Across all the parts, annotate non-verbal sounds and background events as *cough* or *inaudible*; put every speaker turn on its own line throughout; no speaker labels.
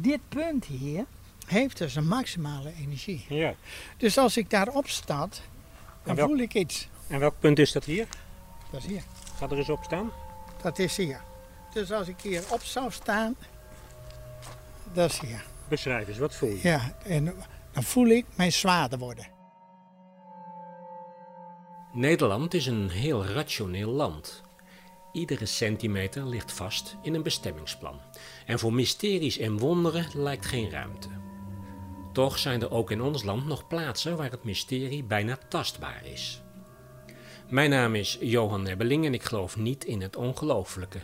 dit punt hier heeft dus een maximale energie.
Ja.
Dus als ik daarop stad, dan
En welk-
voel ik iets.
En welk punt is dat hier?
Dat is hier.
Ga er eens op staan.
Dat is hier. Dus als ik hier op zou staan, dat is hier.
Beschrijf eens, wat voel je?
Ja, en dan voel ik mijn zwaarder worden.
Nederland is een heel rationeel land. Iedere centimeter ligt vast in een bestemmingsplan. En voor mysteries en wonderen lijkt geen ruimte. Toch zijn er ook in ons land nog plaatsen waar het mysterie bijna tastbaar is. Mijn naam is Johan Nebbeling en ik geloof niet in het ongelooflijke.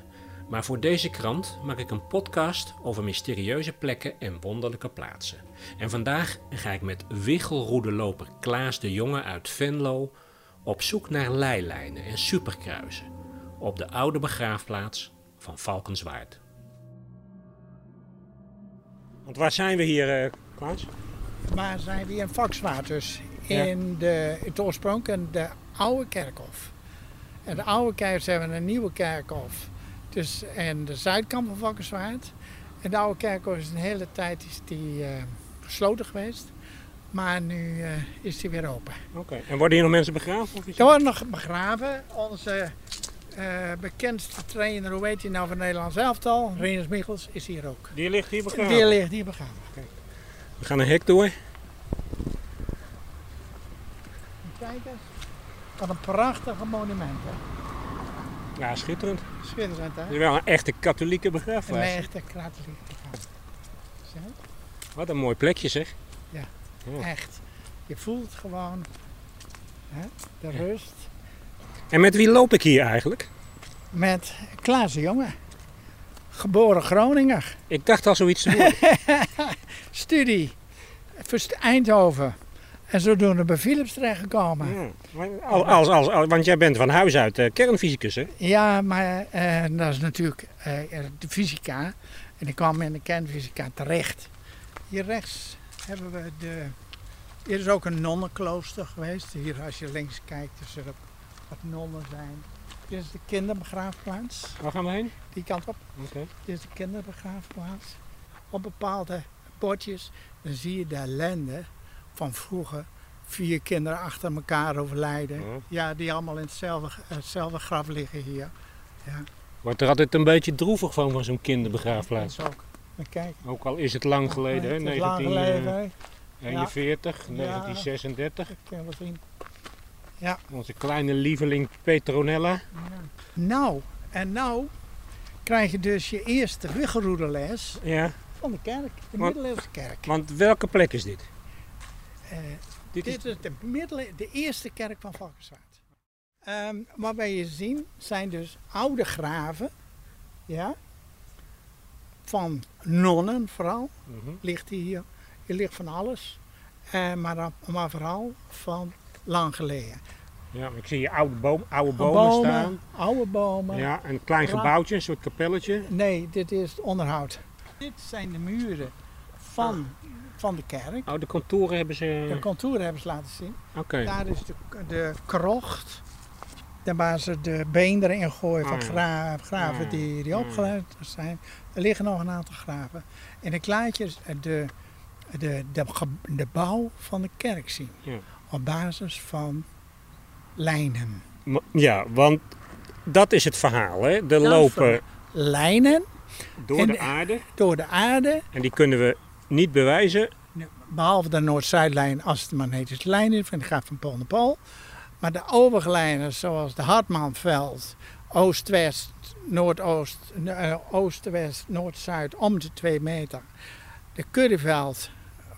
Maar voor deze krant maak ik een podcast over mysterieuze plekken en wonderlijke plaatsen. En vandaag ga ik met wichelroedeloper Klaas de Jonge uit Venlo op zoek naar leilijnen en superkruisen op de oude begraafplaats van Valkenswaard.
Want waar zijn we hier, eh, Klaas?
Maar zijn we in Volkswaard dus.
Ja.
In, de, het oorspronkelijk de oude kerkhof. En de oude kerk hebben we een nieuwe kerkhof. Dus, en de zuidkant van Valkenswaard. En de oude kerkhof is een hele tijd is die, eh, gesloten geweest. Maar nu eh, is die weer open.
Oké. En worden hier nog mensen begraven? Of iets?
Er wordt nog begraven. Onze eh, bekendste trainer, hoe heet hij nou van het Nederlands elftal? Rinus Michels is hier ook.
Die ligt hier begraven.
Die ligt hier begraven.
We gaan een hek door.
Kijk eens. Wat een prachtige monumenten.
Ja, schitterend.
Schitterend hè?
Het is wel een echte katholieke
Een
begraafplaats.
echte kraterlicht te gaan. Zo,
Wat een mooi plekje zeg.
Echt. Je voelt gewoon hè, de rust.
En met wie loop ik hier eigenlijk?
Met Klaas de Jonge. Geboren Groninger.
Ik dacht al zoiets te
*laughs*
worden.
Studie. Verst- Eindhoven. En zodoende bij Philips terechtgekomen.
Ja. Maar Als, als, als, als- want jij bent van huis uit eh, kernfysicus hè?
Ja, maar eh, dat is natuurlijk eh, de fysica. En ik kwam in de kernfysica terecht. Hier rechts hebben we de... Hier is ook een nonnenklooster geweest. Hier als je links kijkt, dus er wat nonnen zijn. Dit is de kinderbegraafplaats.
Waar gaan we heen?
Die kant op.
Oké.
Dit is de kinderbegraafplaats. Op bepaalde bordjes dan zie je de ellende van vroeger. Vier kinderen achter elkaar overlijden.
Ja.
Ja, die allemaal in hetzelfde, hetzelfde graf liggen hier.
Wordt er altijd een beetje droevig van, van zo'n kinderbegraafplaats.
Dat is ook. Maar kijk.
Ook al is het lang geleden, hè? eh,
Het is lang geleden,
1941,
hè?
1936.
Ik kan wel zien.
Onze kleine lieveling Petronella.
Nou, en nou krijg je dus je eerste wiggeroederles
Ja,
van de kerk, de
Maar-
middeleeuwse kerk.
want welke plek is dit?
Eh,
Dit is
dit is de, middele- de eerste kerk van Valkenswaard. Ehm, wat wij hier zien zijn dus oude graven, ja, van nonnen vooral.
Mhm.
ligt hij hier. Hier ligt van alles. Eh, maar, dan- maar vooral van lang geleden.
Ja, maar ik zie hier oude, boom, oude bomen, staan.
oude bomen.
Ja, een klein
Ra-
gebouwtje, een soort kapelletje.
Nee, dit is het onderhoud. Dit zijn de muren van, van de kerk.
Oh, de kantoren hebben ze... eh,
De contouren hebben ze laten zien.
Oké.
Daar is de, de krocht. Daar waar ze de been erin gooien van
Ah, ja.
gra- graven
Ah,
die, die
ah.
opgeruimd zijn. Er liggen nog een aantal graven. En ik laat je de, de, de, ge- de bouw van de kerk zien.
Ja.
Op basis van lijnen.
Ma- Ja, want dat is het verhaal, hè? Er
is
lopen
Lijnen
door
En-
de aarde
door de aarde.
en die kunnen we niet bewijzen.
Behalve de Noord-Zuidlijn als het een magnetische lijn is. En die gaat van pool naar pool. Maar de overige lijnen zoals de Hartmanveld. Oost-West, Noordoost, eh, Oost-West, Noord-Zuid om de 2 meter. De Curryveld,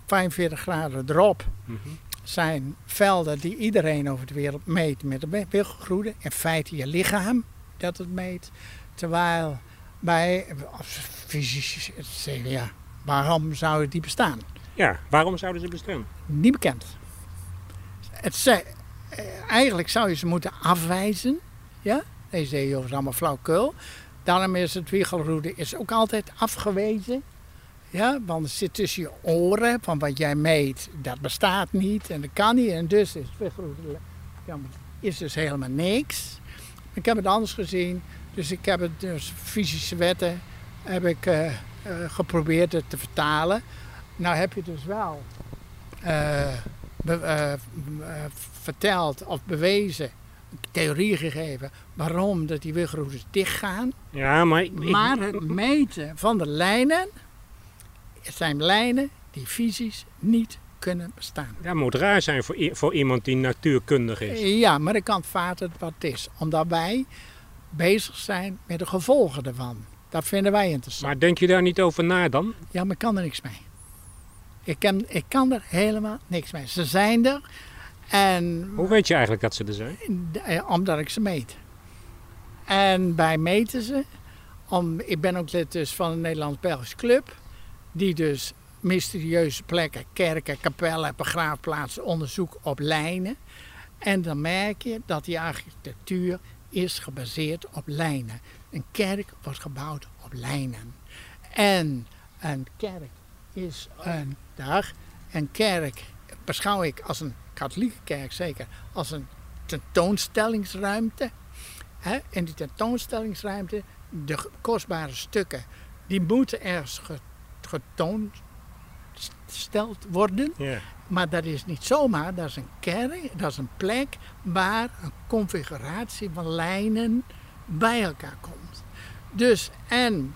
45 graden erop.
Mhm.
Zijn velden die iedereen over de wereld meet met de wilgroede. In feite je lichaam dat het meet. Terwijl bij of fysisch zeggen, ja, waarom zouden die bestaan?
Ja, waarom zouden ze bestaan?
Niet bekend. Het zei- eh, eigenlijk zou je ze moeten afwijzen. Ja? Deze EU is allemaal flauwkeul. Daarom is het wiegelroede is ook altijd afgewezen. Ja, want het zit tussen je oren van wat jij meet, dat bestaat niet en dat kan niet. En dus is het wiegelroede ja, is dus helemaal niks. Ik heb het anders gezien, dus ik heb het dus fysische wetten heb ik eh, eh, geprobeerd het te vertalen. Nou heb je dus wel eh, be- eh, eh, verteld of bewezen, theorie gegeven, waarom dat die wiggeroedes dichtgaan.
Ja, maar... ik- ik-
Maar het meten van de lijnen het zijn lijnen die fysisch niet kunnen bestaan.
dat moet raar zijn voor, i- voor iemand die natuurkundig is.
Ja, maar ik kan vaten wat het is. Omdat wij bezig zijn met de gevolgen ervan. Dat vinden wij interessant.
Maar denk je daar niet over na dan?
Ja, maar ik kan er niks mee. Ik kan, ik kan er helemaal niks mee. Ze zijn er. En
Hoe weet je eigenlijk dat ze er zijn?
eh, omdat ik ze meet. En wij meten ze. Om, ik ben ook lid dus van een Nederlands-Belgische club. Die dus mysterieuze plekken, kerken, kapellen, begraafplaatsen onderzoekt op lijnen. En dan merk je dat die architectuur is gebaseerd op lijnen. Een kerk wordt gebouwd op lijnen. En een kerk is een dag. Een kerk beschouw ik als een katholieke kerk zeker als een tentoonstellingsruimte. Hè? En die tentoonstellingsruimte, de g- kostbare stukken, die moeten ergens ge- getoond worden.
Ja.
Maar dat is niet zomaar, dat is een kerk, dat is een plek waar een configuratie van lijnen bij elkaar komt. Dus en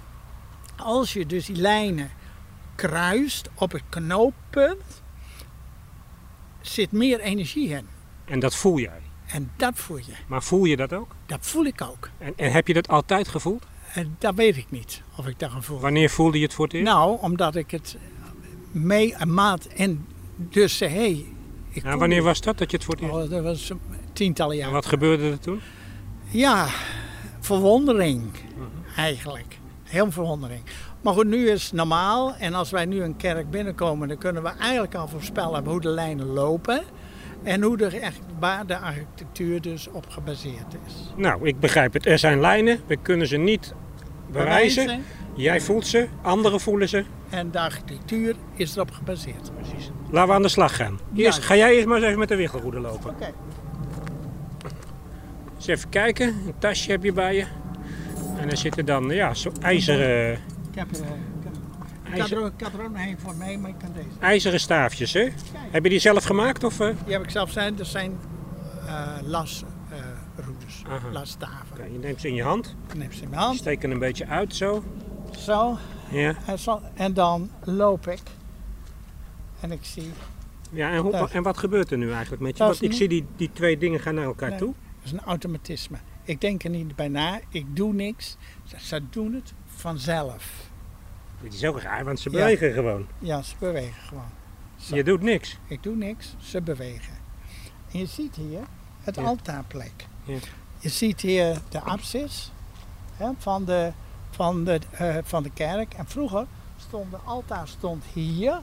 als je dus die lijnen kruist op het knooppunt, zit meer energie in.
En dat voel jij.
En dat voel je.
Maar voel je dat ook?
Dat voel ik ook.
En, en heb je dat altijd gevoeld?
En dat weet ik niet of ik dat ga voelen.
Wanneer voelde je het voor het eerst?
Nou, omdat ik het mee en maat en dus zei, hey, ik
Ja,
voel
Nou, wanneer
het.
was dat dat je het voor het eerst?
Oh, dat was tientallen
En
jaar.
wat gebeurde er toen?
Ja, verwondering eigenlijk. Heel verwondering. Maar goed, nu is het normaal. En als wij nu een kerk binnenkomen, dan kunnen we eigenlijk al voorspellen hoe de lijnen lopen. En hoe de, echt, waar de architectuur dus op gebaseerd is.
Nou, ik begrijp het. Er zijn lijnen, we kunnen ze niet bewijzen. Jij voelt ze, anderen voelen ze.
En de architectuur is erop gebaseerd. Precies.
Laten we aan de slag gaan. Eerst,
Ja.
ga jij eerst maar eens even met de wichelroede lopen.
Oké.
Eens even kijken, een tasje heb je bij je. En daar zitten dan ja, zo ijzeren,
Ik heb er, eh, ik heb- ik had er,
ijzer-
ook- ik had er ook nog één voor mij, maar ik kan deze.
ijzeren staafjes. Hè?
Kijk.
Heb je die zelf gemaakt? Of, eh?
Die heb ik zelf zijn. Dat zijn eh lasroutes,
Aha.
lasstaven.
Ja, je neemt ze in je hand,
Ik neem ze in mijn hand.
steek er een beetje uit zo.
Zo
Ja.
en, zo. en dan loop ik. En ik zie.
Ja, en, hoe,
Daar.
en wat gebeurt er nu eigenlijk met je?
Dat is
Want ik
nu-
zie die, die twee dingen gaan naar elkaar
Nee.
toe.
Dat is een automatisme. Ik denk er niet bij na. Ik doe niks. Ze, ze doen het vanzelf.
Dit is ook raar, want ze
Ja.
bewegen gewoon.
Ja, ze bewegen gewoon. Zo.
Je doet niks.
Ik doe niks, ze bewegen. En je ziet hier het
Ja.
altaarplek.
Ja.
Je ziet hier de absis hè, van, de, van, de, eh, van de kerk. En vroeger stond de altaar stond hier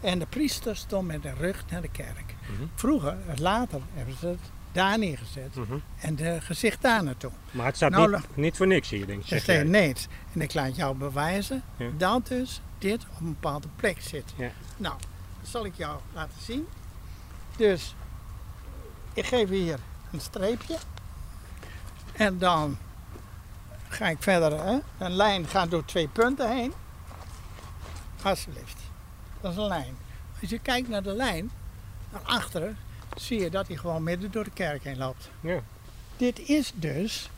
en de priester stond met de rug naar de kerk.
Mhm.
Vroeger, later, hebben ze het daar neergezet
Mhm.
en de gezicht daar naartoe.
Maar het staat
Nou,
niet, niet voor niks hier, denk ik.
Ze
zeg
zei
jij.
nee. En ik laat jou bewijzen
Ja.
dat dus dit op een bepaalde plek zit.
Ja.
Nou, dat zal ik jou laten zien. Dus ik geef hier een streepje. En dan ga ik verder. Hè? Een lijn gaat door twee punten heen. Alsjeblieft. Dat is een lijn. Als je kijkt naar de lijn, naar achteren, zie je dat hij gewoon midden door de kerk heen loopt.
Ja.
Dit is dus,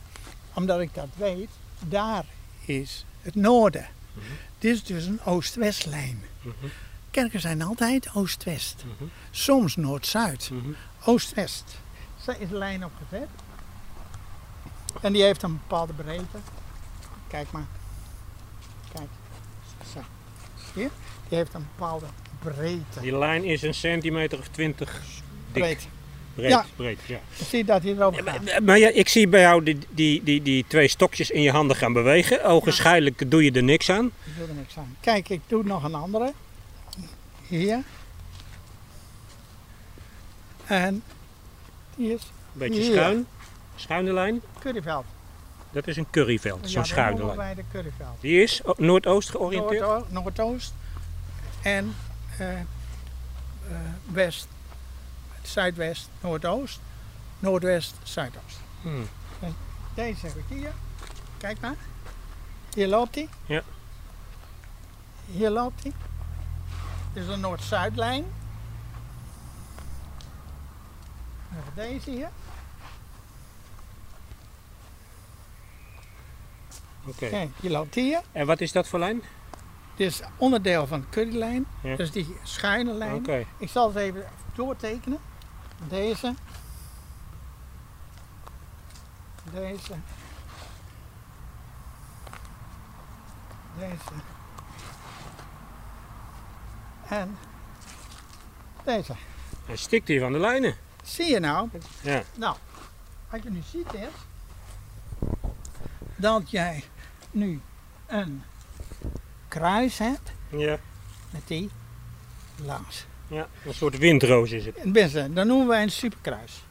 omdat ik dat weet, daar is het noorden. Dit is dus een oost-westlijn.
Mhm.
Kerken zijn altijd oost-west.
Mhm.
Soms noord-zuid.
Mhm.
Oost-west. Daar is de lijn opgezet. En die heeft een bepaalde breedte. Kijk maar. Kijk. Zo. Zie je? Die heeft een bepaalde breedte.
Die lijn is een centimeter of twintig dik.
Breed.
Breed,
Ja.
breed, ja.
Zie je dat hier erover gaat?
Maar- Maar ja, ik zie bij jou die, die, die, die twee stokjes in je handen gaan bewegen. Ogenschijnlijk doe je er niks aan.
Ik doe er niks aan. Kijk, ik doe nog een andere. Hier. En die is
Beetje
Ja.
schuin. Schuine lijn.
curryveld.
Dat is een curryveld, zo'n
Ja,
schuine
dan noemen
lijn.
wij de curryveld.
Die is o- noordoost georiënteerd.
Noordo- Noordoost en eh, eh, west, zuidwest, noordoost, noordwest, zuidoost.
Hmm.
Deze heb ik hier. Kijk maar. Hier loopt hij.
Ja.
Hier loopt hij. Dit is de Noord-Zuidlijn. Nog deze hier.
Oké.
Kijk, je loopt hier.
En wat is dat voor lijn?
Dit is onderdeel van de currylijn.
Ja.
Dus die schuine
Oké.
lijn. Ik zal het even doortekenen. Deze. Deze. Deze. En deze.
Hij stikt hier van de lijnen.
Zie je nou?
Ja.
Nou, wat je nu ziet is dat jij nu een kruis hebt
Ja.
met die langs.
ja. Een soort windroos is het.
Het beste, dat noemen wij een superkruis.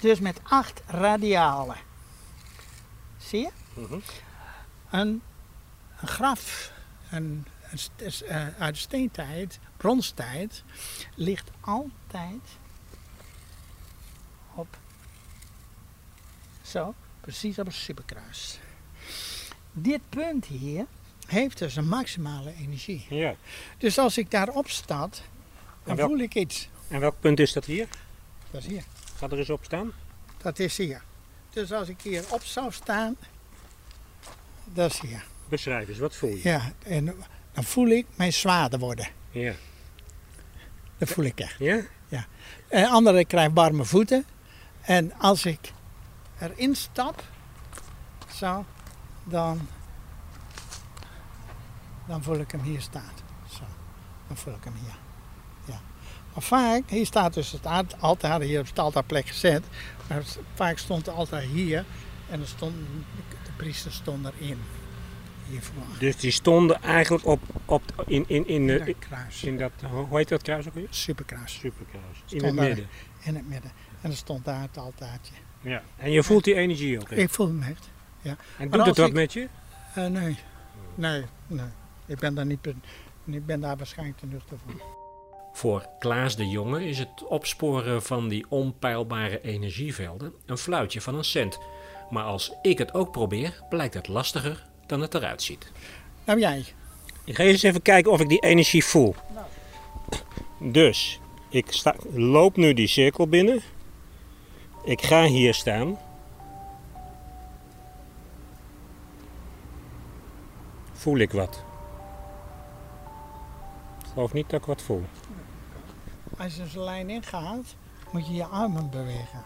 Dus met acht radialen. Zie je?
Mhm.
Een, een graf een, een st- is, eh, uit de steentijd, bronstijd, ligt altijd op. Zo, precies op een superkruis. Dit punt hier heeft dus een maximale energie.
Ja.
Dus als ik daarop stad, dan
En wel-
voel ik iets.
En welk punt is dat hier?
Dat is hier.
Ga er eens op staan.
Dat is hier. Dus als ik hier op zou staan, dat is hier.
Beschrijf eens, wat voel je?
Ja, en dan voel ik mijn zwaarder worden.
Ja.
Dat voel ik echt.
Ja?
En anderen krijgen warme voeten. En als ik erin stap, zo, dan, dan voel ik hem hier staan. Zo, dan voel ik hem hier. Ja. Maar vaak, hier staat dus het aard- altaar, hier op het altaarplek gezet. Maar het- vaak stond het altaar hier en er stond, de priester stond erin. Hiervoor.
Dus die stonden eigenlijk op, op in, in, in, de-
Een kruis,
in dat, hoe heet dat kruis ook weer?
superkruis,
Superkruis. In
Stond
het
daar.
midden.
in het midden. En er stond daar het altaartje.
Ja. En je voelt die energie ook. hè?
Ik voel hem echt.
En
Maar
doet
als
het wat
ik-
met je?
Eh, nee. Nee, nee. Ik ben daar, niet, be- ik ben daar waarschijnlijk te nuchter voor.
Voor Klaas de Jonge is het opsporen van die onpeilbare energievelden een fluitje van een cent. Maar als ik het ook probeer, blijkt het lastiger dan het eruit ziet.
Nou jij,
Ik ga eerst even kijken of ik die energie voel. Dus, ik sta, loop nu die cirkel binnen. Ik ga hier staan. Voel ik wat? Ik geloof niet dat ik wat voel.
als je zo'n lijn ingaat, moet je je armen bewegen.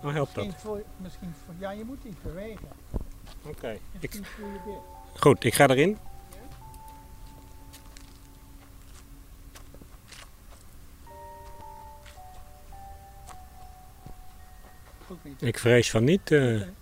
Hoe helpt dat?
Misschien voor, misschien voor, ja, je moet iets bewegen.
Oké. Ik,
Misschien voel je dit.
goed, ik ga erin.
Ook niet.
Ik vrees van niet. eh.
Oké.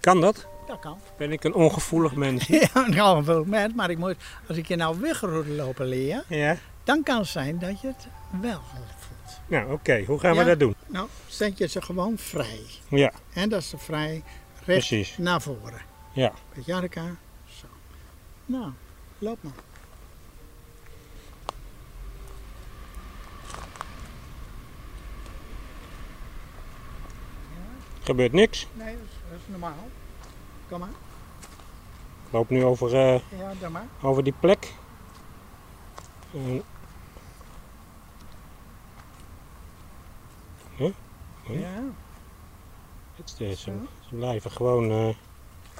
Kan dat?
Dat kan. *laughs*
Ben ik een ongevoelig mens?
Ja, nou, veel moment, maar ik moet, als ik je nou wegroeien lopen leer,
ja.
dan kan het zijn dat je het wel voelt.
Nou, oké. Hoe gaan we
Ja.
dat doen?
Nou, zet je ze gewoon vrij.
Ja,
En dat ze vrij recht
precies.
naar voren.
Ja.
Met Jarka. Zo. Nou, loop maar.
Gebeurt niks.
Nee, dat is, dat is normaal. Kom maar.
Ik loop nu over, eh,
Ja, doe maar.
over die plek. Eh, En- Hm?
Ja.
het is-
Zo.
ze blijven gewoon. eh,
ja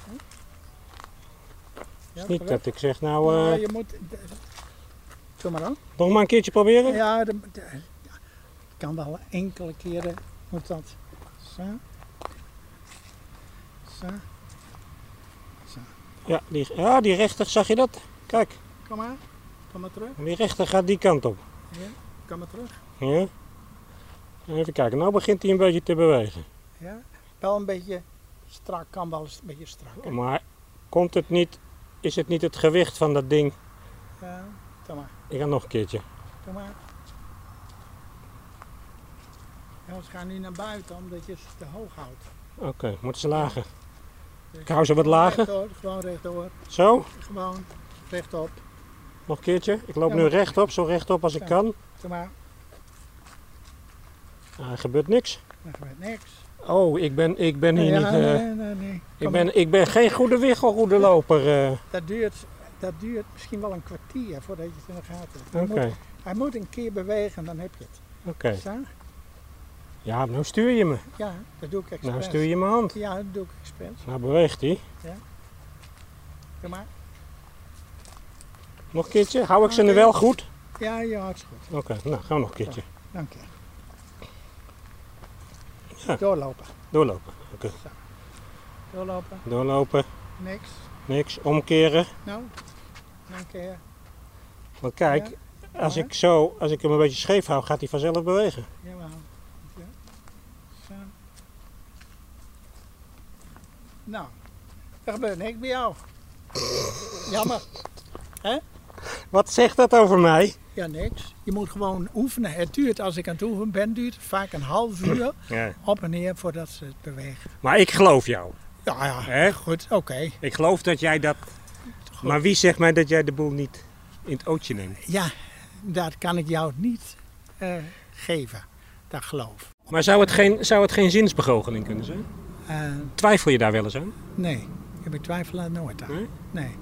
het is niet
terecht.
dat ik zeg, nou, eh,
Maar je moet... Doe maar dan.
nog maar een keertje proberen.
Ja, de, de- ja, het kan wel enkele keren. Moet dat. Zo. Zo.
Ja, die, ja, die rechter, zag je dat? Kijk,
Kom maar. Kom maar terug.
die rechter gaat die kant op.
Kom maar terug.
Ja. Even kijken, nou begint hij een beetje te bewegen.
Ja. Wel een beetje strak. Kan wel eens een beetje strak. hè.
Maar komt het niet, is het niet het gewicht van dat ding?
Ja. Doe maar.
Ik ga nog een keertje.
Doe maar. Ja, ze gaan nu naar buiten omdat je ze te hoog houdt.
Oké, moeten ze lager.
Dus
Ik hou ze wat lager.
Rechtdoor, gewoon rechtdoor.
Zo,
Gewoon rechtop.
nog een keertje. Ik loop
Ja,
nu
maar-
rechtop, zo rechtop als ik
Ja.
kan.
Doe maar.
Ah, er gebeurt niks.
Er gebeurt niks.
Oh, ik ben, ik ben hier
Ja,
niet. eh,
nee, nee, nee. Kom
ik,
maar.
ben, ik ben geen goede wichelroedeloper. eh.
Dat duurt dat duurt misschien wel een kwartier voordat je het in de gaten hebt. Hij,
Oké,
moet, hij moet een keer bewegen en dan heb je het.
oké.
Zo?
Ja, nou stuur je me.
Ja, dat doe ik expres.
Nou stuur je mijn hand.
Ja, dat doe ik expres.
Nou beweegt hij.
Doe maar.
Nog een keertje. Hou ik ze er
Oké.
wel goed?
Ja, je houdt het goed.
Oké, nou gaan we nog een keertje.
Dank je.
Ja.
Doorlopen.
Doorlopen. Oké.
Doorlopen.
Doorlopen.
Niks.
Niks. Omkeren.
Nou, nog een keer.
Want kijk, als
maar-
ik zo, als ik hem een beetje scheef hou, gaat hij vanzelf bewegen.
Jawel. Ja. Zo. Nou, er gebeurt niks bij jou. Jammer.
Wat zegt dat over mij?
Ja, niks. Je moet gewoon oefenen. Het duurt, als ik aan het oefenen ben, duurt het vaak een half uur
Ja.
op en neer voordat ze het bewegen.
Maar ik geloof jou.
Ja, ja.
Hè?
Goed, oké.
Ik geloof dat jij dat. Maar wie zegt mij dat jij de boel niet in het ootje neemt?
Ja, dat kan ik jou niet eh, geven. Dat geloof.
Maar zou het geen, zou het geen zinsbegoocheling kunnen zijn?
Eh,
Twijfel je daar wel eens aan?
nee, ik betwijfel dat nooit aan.
Nee?
Nee.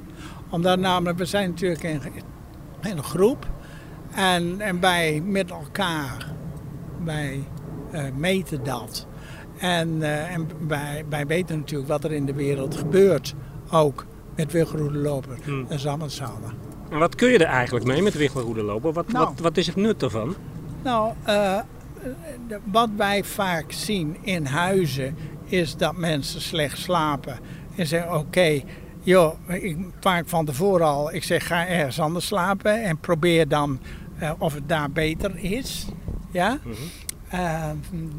Omdat namelijk, we zijn natuurlijk in, in een groep. En, en wij met elkaar, wij eh, meten dat. En, eh, en wij, wij weten natuurlijk wat er in de wereld gebeurt. Ook met wilgeroede lopen.
Hmm.
Dat is allemaal hetzelfde.
En wat kun je er eigenlijk mee met wiggelroede lopen? Wat,
Nou.
wat, wat is het nut ervan?
Nou, eh, de- wat wij vaak zien in huizen is dat mensen slecht slapen. En zeggen, oké, joh, ik, vaak van tevoren al, ik zeg ga ergens anders slapen en probeer dan eh, of het daar beter is. Ja?
Mhm.
Eh,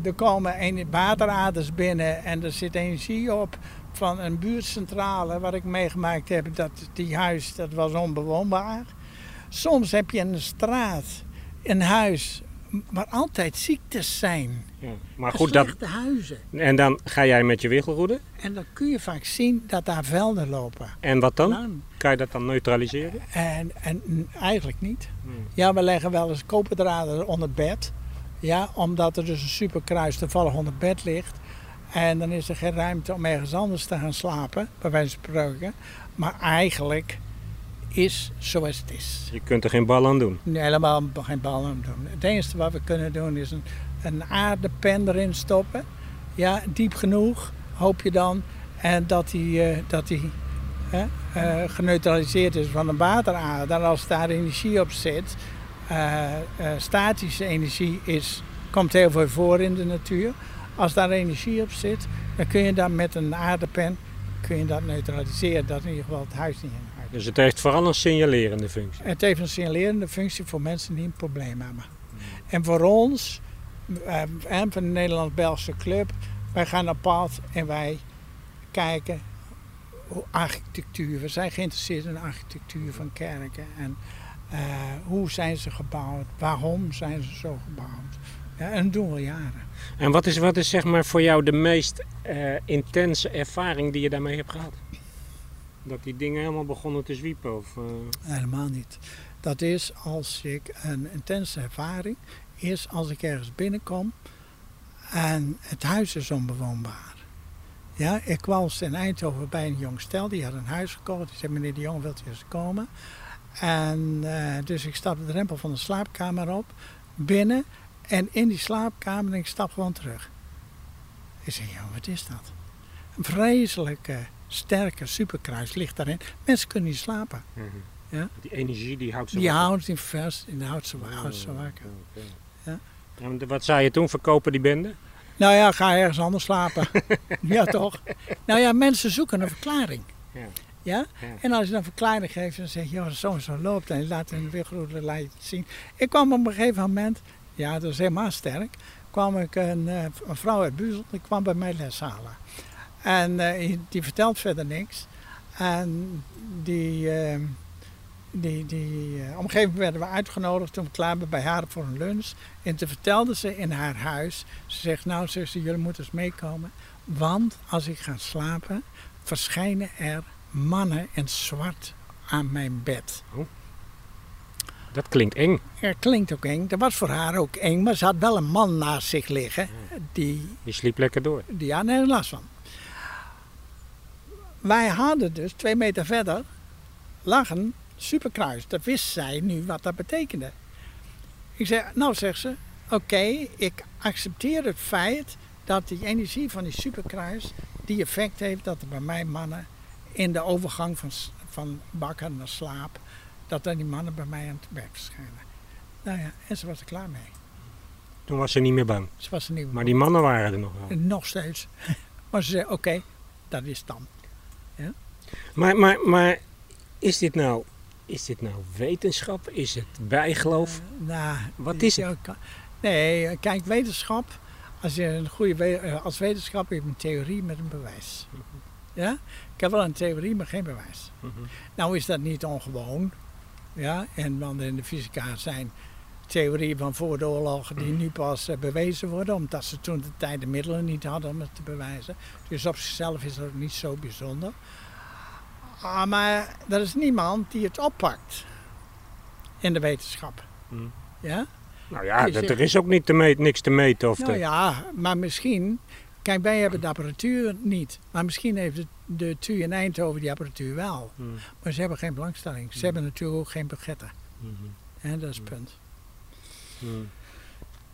er komen een- wateraders binnen en er zit energie op van een buurtcentrale. Wat ik meegemaakt heb, dat die huis, dat was onbewoonbaar. Soms heb je in de straat een huis waar altijd ziektes zijn.
Ja. Maar goed, dat,
Slechte huizen.
en dan ga jij met je wiggelroede.
En dan kun je vaak zien dat daar velden lopen.
En wat dan?
Nou,
Kan je dat dan neutraliseren?
En, en n- eigenlijk niet.
Hmm.
Ja, we leggen wel eens koperdraden onder bed. Ja, omdat er dus een superkruis toevallig onder bed ligt. En dan is er geen ruimte om ergens anders te gaan slapen, bij wijze van spreken. Maar eigenlijk is zoals het is.
Je kunt er geen bal aan doen.
Nee, helemaal geen bal aan doen. Het enige wat we kunnen doen is een, een aardepen erin stoppen. Ja, diep genoeg, hoop je dan. En dat die, eh, dat die hè, eh, geneutraliseerd is van een wateraarde. En als daar energie op zit, eh, eh, statische energie is, komt heel veel voor in de natuur. Als daar energie op zit, dan kun je dat met een aardepen kun je dat neutraliseren. Dat in ieder geval het huis niet in
Dus het heeft vooral een signalerende functie.
het heeft een signalerende functie voor mensen die een probleem hebben. En voor ons, eh, en van de Nederlands-Belgische club, wij gaan op pad en wij kijken hoe architectuur. We zijn geïnteresseerd in de architectuur van kerken. En eh, hoe zijn ze gebouwd? Waarom zijn ze zo gebouwd? Ja, en dat doen we al jaren.
En wat is, wat is zeg maar voor jou de meest eh, intense ervaring die je daarmee hebt gehad? Dat die dingen helemaal begonnen te zwiepen? Of, eh,
Helemaal niet. Dat is als ik een intense ervaring is als ik ergens binnenkom en het huis is onbewoonbaar. Ja, ik kwam in Eindhoven bij een jong stel, die had een huis gekocht. Die zei, meneer de Jong, wilt u eens komen? En eh, dus ik stap de drempel van de slaapkamer op, binnen en in die slaapkamer en ik stap gewoon terug. Ik zeg, joh, wat is dat? Een vreselijke, sterke superkruis ligt daarin. Mensen kunnen niet slapen.
Die energie die houdt ze
Die
wakker.
houdt die vast en houdt ze, houdt ze
Oh.
wakker.
Oké.
Ja.
En wat zei je toen? Verkopen die bende?
Nou ja, ga ergens anders
*laughs*
slapen. ja, toch? Nou ja, mensen zoeken een verklaring.
Ja.
Ja?
Ja.
En als je dan een verklaring geeft en zegt, joh, zo en zo loopt en laat een wegroede lijn zien. Ik kwam op een gegeven moment, ja, dat is helemaal sterk, kwam ik een, eh, een vrouw uit Buzel, die kwam bij mij leshalen. En eh, die vertelt verder niks. En die, eh, die, die eh, op een gegeven moment werden we uitgenodigd toen we klaar waren bij haar voor een lunch. En toen vertelde ze in haar huis, ze zegt, nou zuster, jullie moeten eens meekomen. Want als ik ga slapen, verschijnen er mannen in zwart aan mijn bed.
Dat klinkt eng.
Ja, klinkt ook eng. Dat was voor haar ook eng, maar ze had wel een man naast zich liggen. Die,
Je sliep lekker door.
die had er last van. Wij hadden dus twee meter verder lag een superkruis. Dat wist zij nu wat dat betekende. Ik zeg, nou zegt ze, oké, ik accepteer het feit dat die energie van die superkruis die effect heeft dat er bij mij mannen in de overgang van, s- van bakken naar slaap, dat dan die mannen bij mij aan het werk verschijnen. Nou ja, en ze was er klaar mee.
Toen was ze niet meer bang.
Ze was er niet
Maar die mannen waren er nog wel.
Nog steeds. *laughs* Maar ze zei, oké, dat is dan.
Maar, maar, maar is, dit nou, is dit nou wetenschap? Is het bijgeloof?
Nou,
Wat
dit
is het?
ook- Nee, kijk, wetenschap. Als, je een goede we- eh, als wetenschap heb je een theorie met een bewijs. Ja? Ik heb wel een theorie, maar geen bewijs.
Mhm.
Nou is dat niet ongewoon. Ja? En want in de fysica zijn theorieën van voor de oorlog die
Mhm.
nu pas eh, bewezen worden, omdat ze toen de tijd de middelen niet hadden om het te bewijzen. Dus op zichzelf is dat ook niet zo bijzonder. Ah, maar er is niemand die het oppakt in de wetenschap.
Hmm.
Ja?
Nou ja,
Je
dat,
zegt-
er is ook niet te meet, niks te meten. Of
Nou
te-
ja, maar misschien. Kijk, wij hebben de apparatuur niet. Maar misschien heeft de, de TU in Eindhoven die apparatuur wel.
Hmm.
Maar ze hebben geen belangstelling. Ze hebben natuurlijk ook geen budgetten.
Mhm.
En dat is het punt.
Hmm.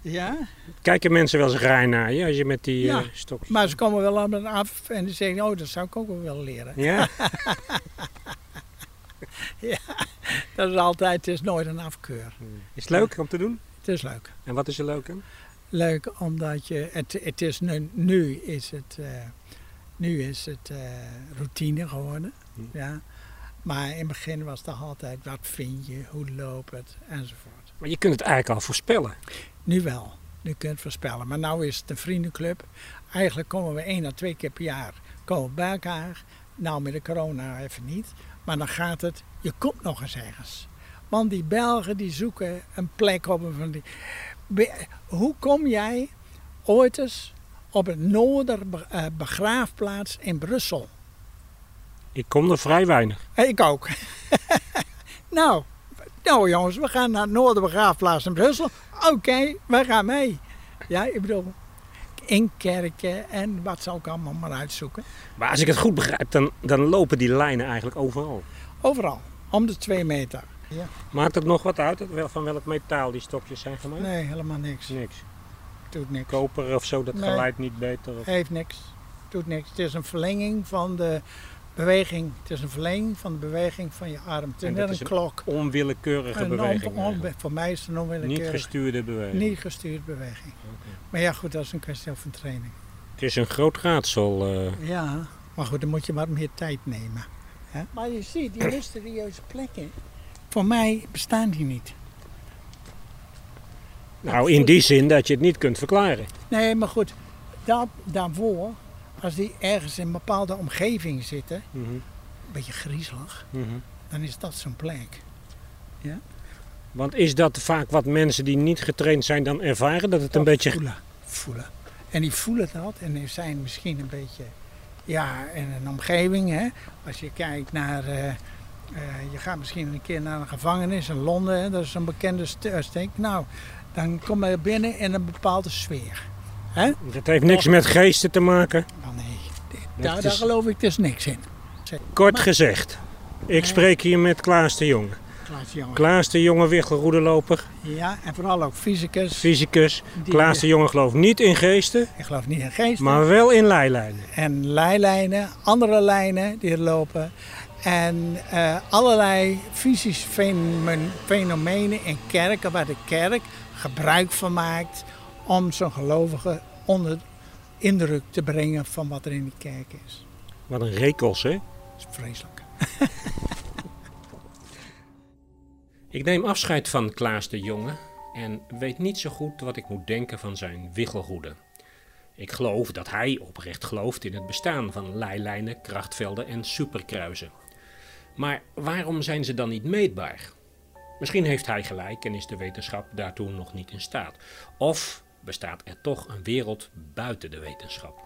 Ja?
Kijken mensen wel eens raar naar je als je met die
Ja,
eh, stokjes...
Maar ze komen wel aan af en die zeggen: Oh, dat zou ik ook wel willen leren. *laughs*
Ja,
Dat is altijd, het is nooit een afkeur.
is het leuk om te doen?
Het is leuk.
En wat is er leuk aan?
Leuk omdat je, het, het is nu, nu is het, eh, nu is het eh, routine geworden.
Hmm.
Ja. Maar in het begin was het altijd, wat vind je, hoe loopt het, enzovoort.
Maar je kunt het eigenlijk al voorspellen.
Nu wel, nu kun je het voorspellen. Maar nu is het een vriendenclub. Eigenlijk komen we één à twee keer per jaar komen we bij elkaar. Nou, met de corona even niet. Maar dan gaat het, je komt nog eens ergens. Want die Belgen die zoeken een plek op. Een van die... Be- Hoe kom jij ooit eens op een noorder eh, begraafplaats in Brussel?
Ik kom er vrij weinig.
Hé, Ik ook. *laughs* nou, nou jongens, we gaan naar Noorderbegraafplaats in Brussel. Oké, we gaan mee. Ja, ik bedoel, in kerken en wat zou ik allemaal maar uitzoeken.
Maar als ik het goed begrijp, dan, dan lopen die lijnen eigenlijk overal.
Overal, om de twee meter.
Maakt het nog wat uit dat wel- van welk metaal die stokjes zijn gemaakt?
Nee, helemaal niks.
Niks.
Doet niks.
Koper of zo, dat
Nee.
geluid niet beter. Of...
Heeft niks. Doet niks. Het is een verlenging van de beweging. Het is een verlenging van de beweging van je arm. Het is
En dat
net
is
een
een
klok.
Onwillekeurige
Een
beweging.
onbe-
eigenlijk.
voor mij is het een
Niet
onwillekeurige,
gestuurde beweging.
niet gestuurd beweging. Maar ja, goed, dat is een kwestie van training.
Het is een groot raadsel. eh.
Ja, maar goed, dan moet je maar meer tijd nemen. Maar je ziet, die mysterieuze plekken, voor mij bestaan die niet.
Nou, in die zin dat je het niet kunt verklaren.
Nee, maar goed, daar, daarvoor, als die ergens in een bepaalde omgeving zitten,
Mhm,
een beetje griezelig,
mhm.
dan is dat zo'n plek.
Want is dat vaak wat mensen die niet getraind zijn dan ervaren? Dat het een beetje...
Voelen, voelen. En die voelen dat en die zijn misschien een beetje... Ja, in een omgeving, hè. Als je kijkt naar... eh, eh, je gaat misschien een keer naar een gevangenis in Londen, hè, dat is een bekende st- eh, steek. Nou, dan kom je binnen in een bepaalde sfeer.
Het heeft niks met geesten te maken.
Maar nee, dit-
Dat
daar,
is-
daar geloof ik dus niks in.
Kort
Maar-
gezegd, ik spreek hier met Klaas de Jonge.
Klaas de Jonge.
Klaas de Jonge, wichtelroederloper,
Ja, en vooral ook fysicus.
fysicus.
die-
Klaas de Jonge gelooft niet in geesten,
Ik geloof niet in geesten.
maar wel in leilijnen.
en leilijnen, andere lijnen die er lopen. En eh, allerlei fysische fenomen- fenomenen in kerken waar de kerk gebruik van maakt om zo'n gelovige onder indruk te brengen van wat er in die kerk is.
Wat een rekels, hè?
Dat is vreselijk.
Ik neem afscheid van Klaas de Jonge en weet niet zo goed wat ik moet denken van zijn wiggelroede. Ik geloof dat hij oprecht gelooft in het bestaan van leilijnen, krachtvelden en superkruisen. Maar waarom zijn ze dan niet meetbaar? Misschien heeft hij gelijk en is de wetenschap daartoe nog niet in staat. Of bestaat er toch een wereld buiten de wetenschap?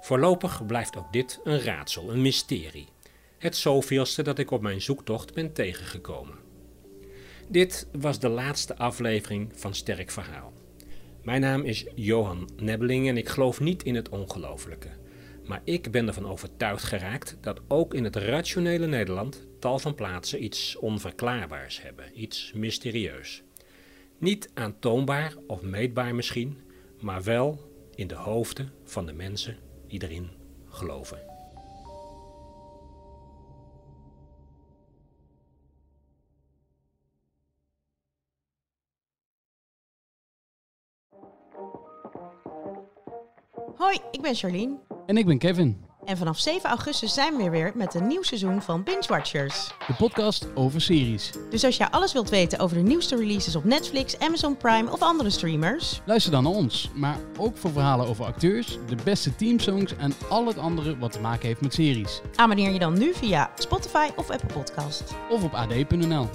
Voorlopig blijft ook dit een raadsel, een mysterie. Het zoveelste dat ik op mijn zoektocht ben tegengekomen. Dit was de laatste aflevering van Sterk Verhaal. Mijn naam is Johan Nebbeling en ik geloof niet in het ongelooflijke. Maar ik ben ervan overtuigd geraakt dat ook in het rationele Nederland tal van plaatsen iets onverklaarbaars hebben, iets mysterieus. Niet aantoonbaar of meetbaar misschien, maar wel in de hoofden van de mensen die erin geloven.
Hoi, ik ben Charlene.
En ik ben Kevin,
En vanaf 7 augustus zijn we weer met een nieuw seizoen van Binge Watchers.
de podcast over series.
Dus als jij alles wilt weten over de nieuwste releases op Netflix, Amazon Prime of andere streamers,
Luister dan naar ons, maar ook voor verhalen over acteurs, de beste teamsongs en al het andere wat te maken heeft met series.
abonneer je dan nu via Spotify of Apple Podcast.
Of op ad.nl.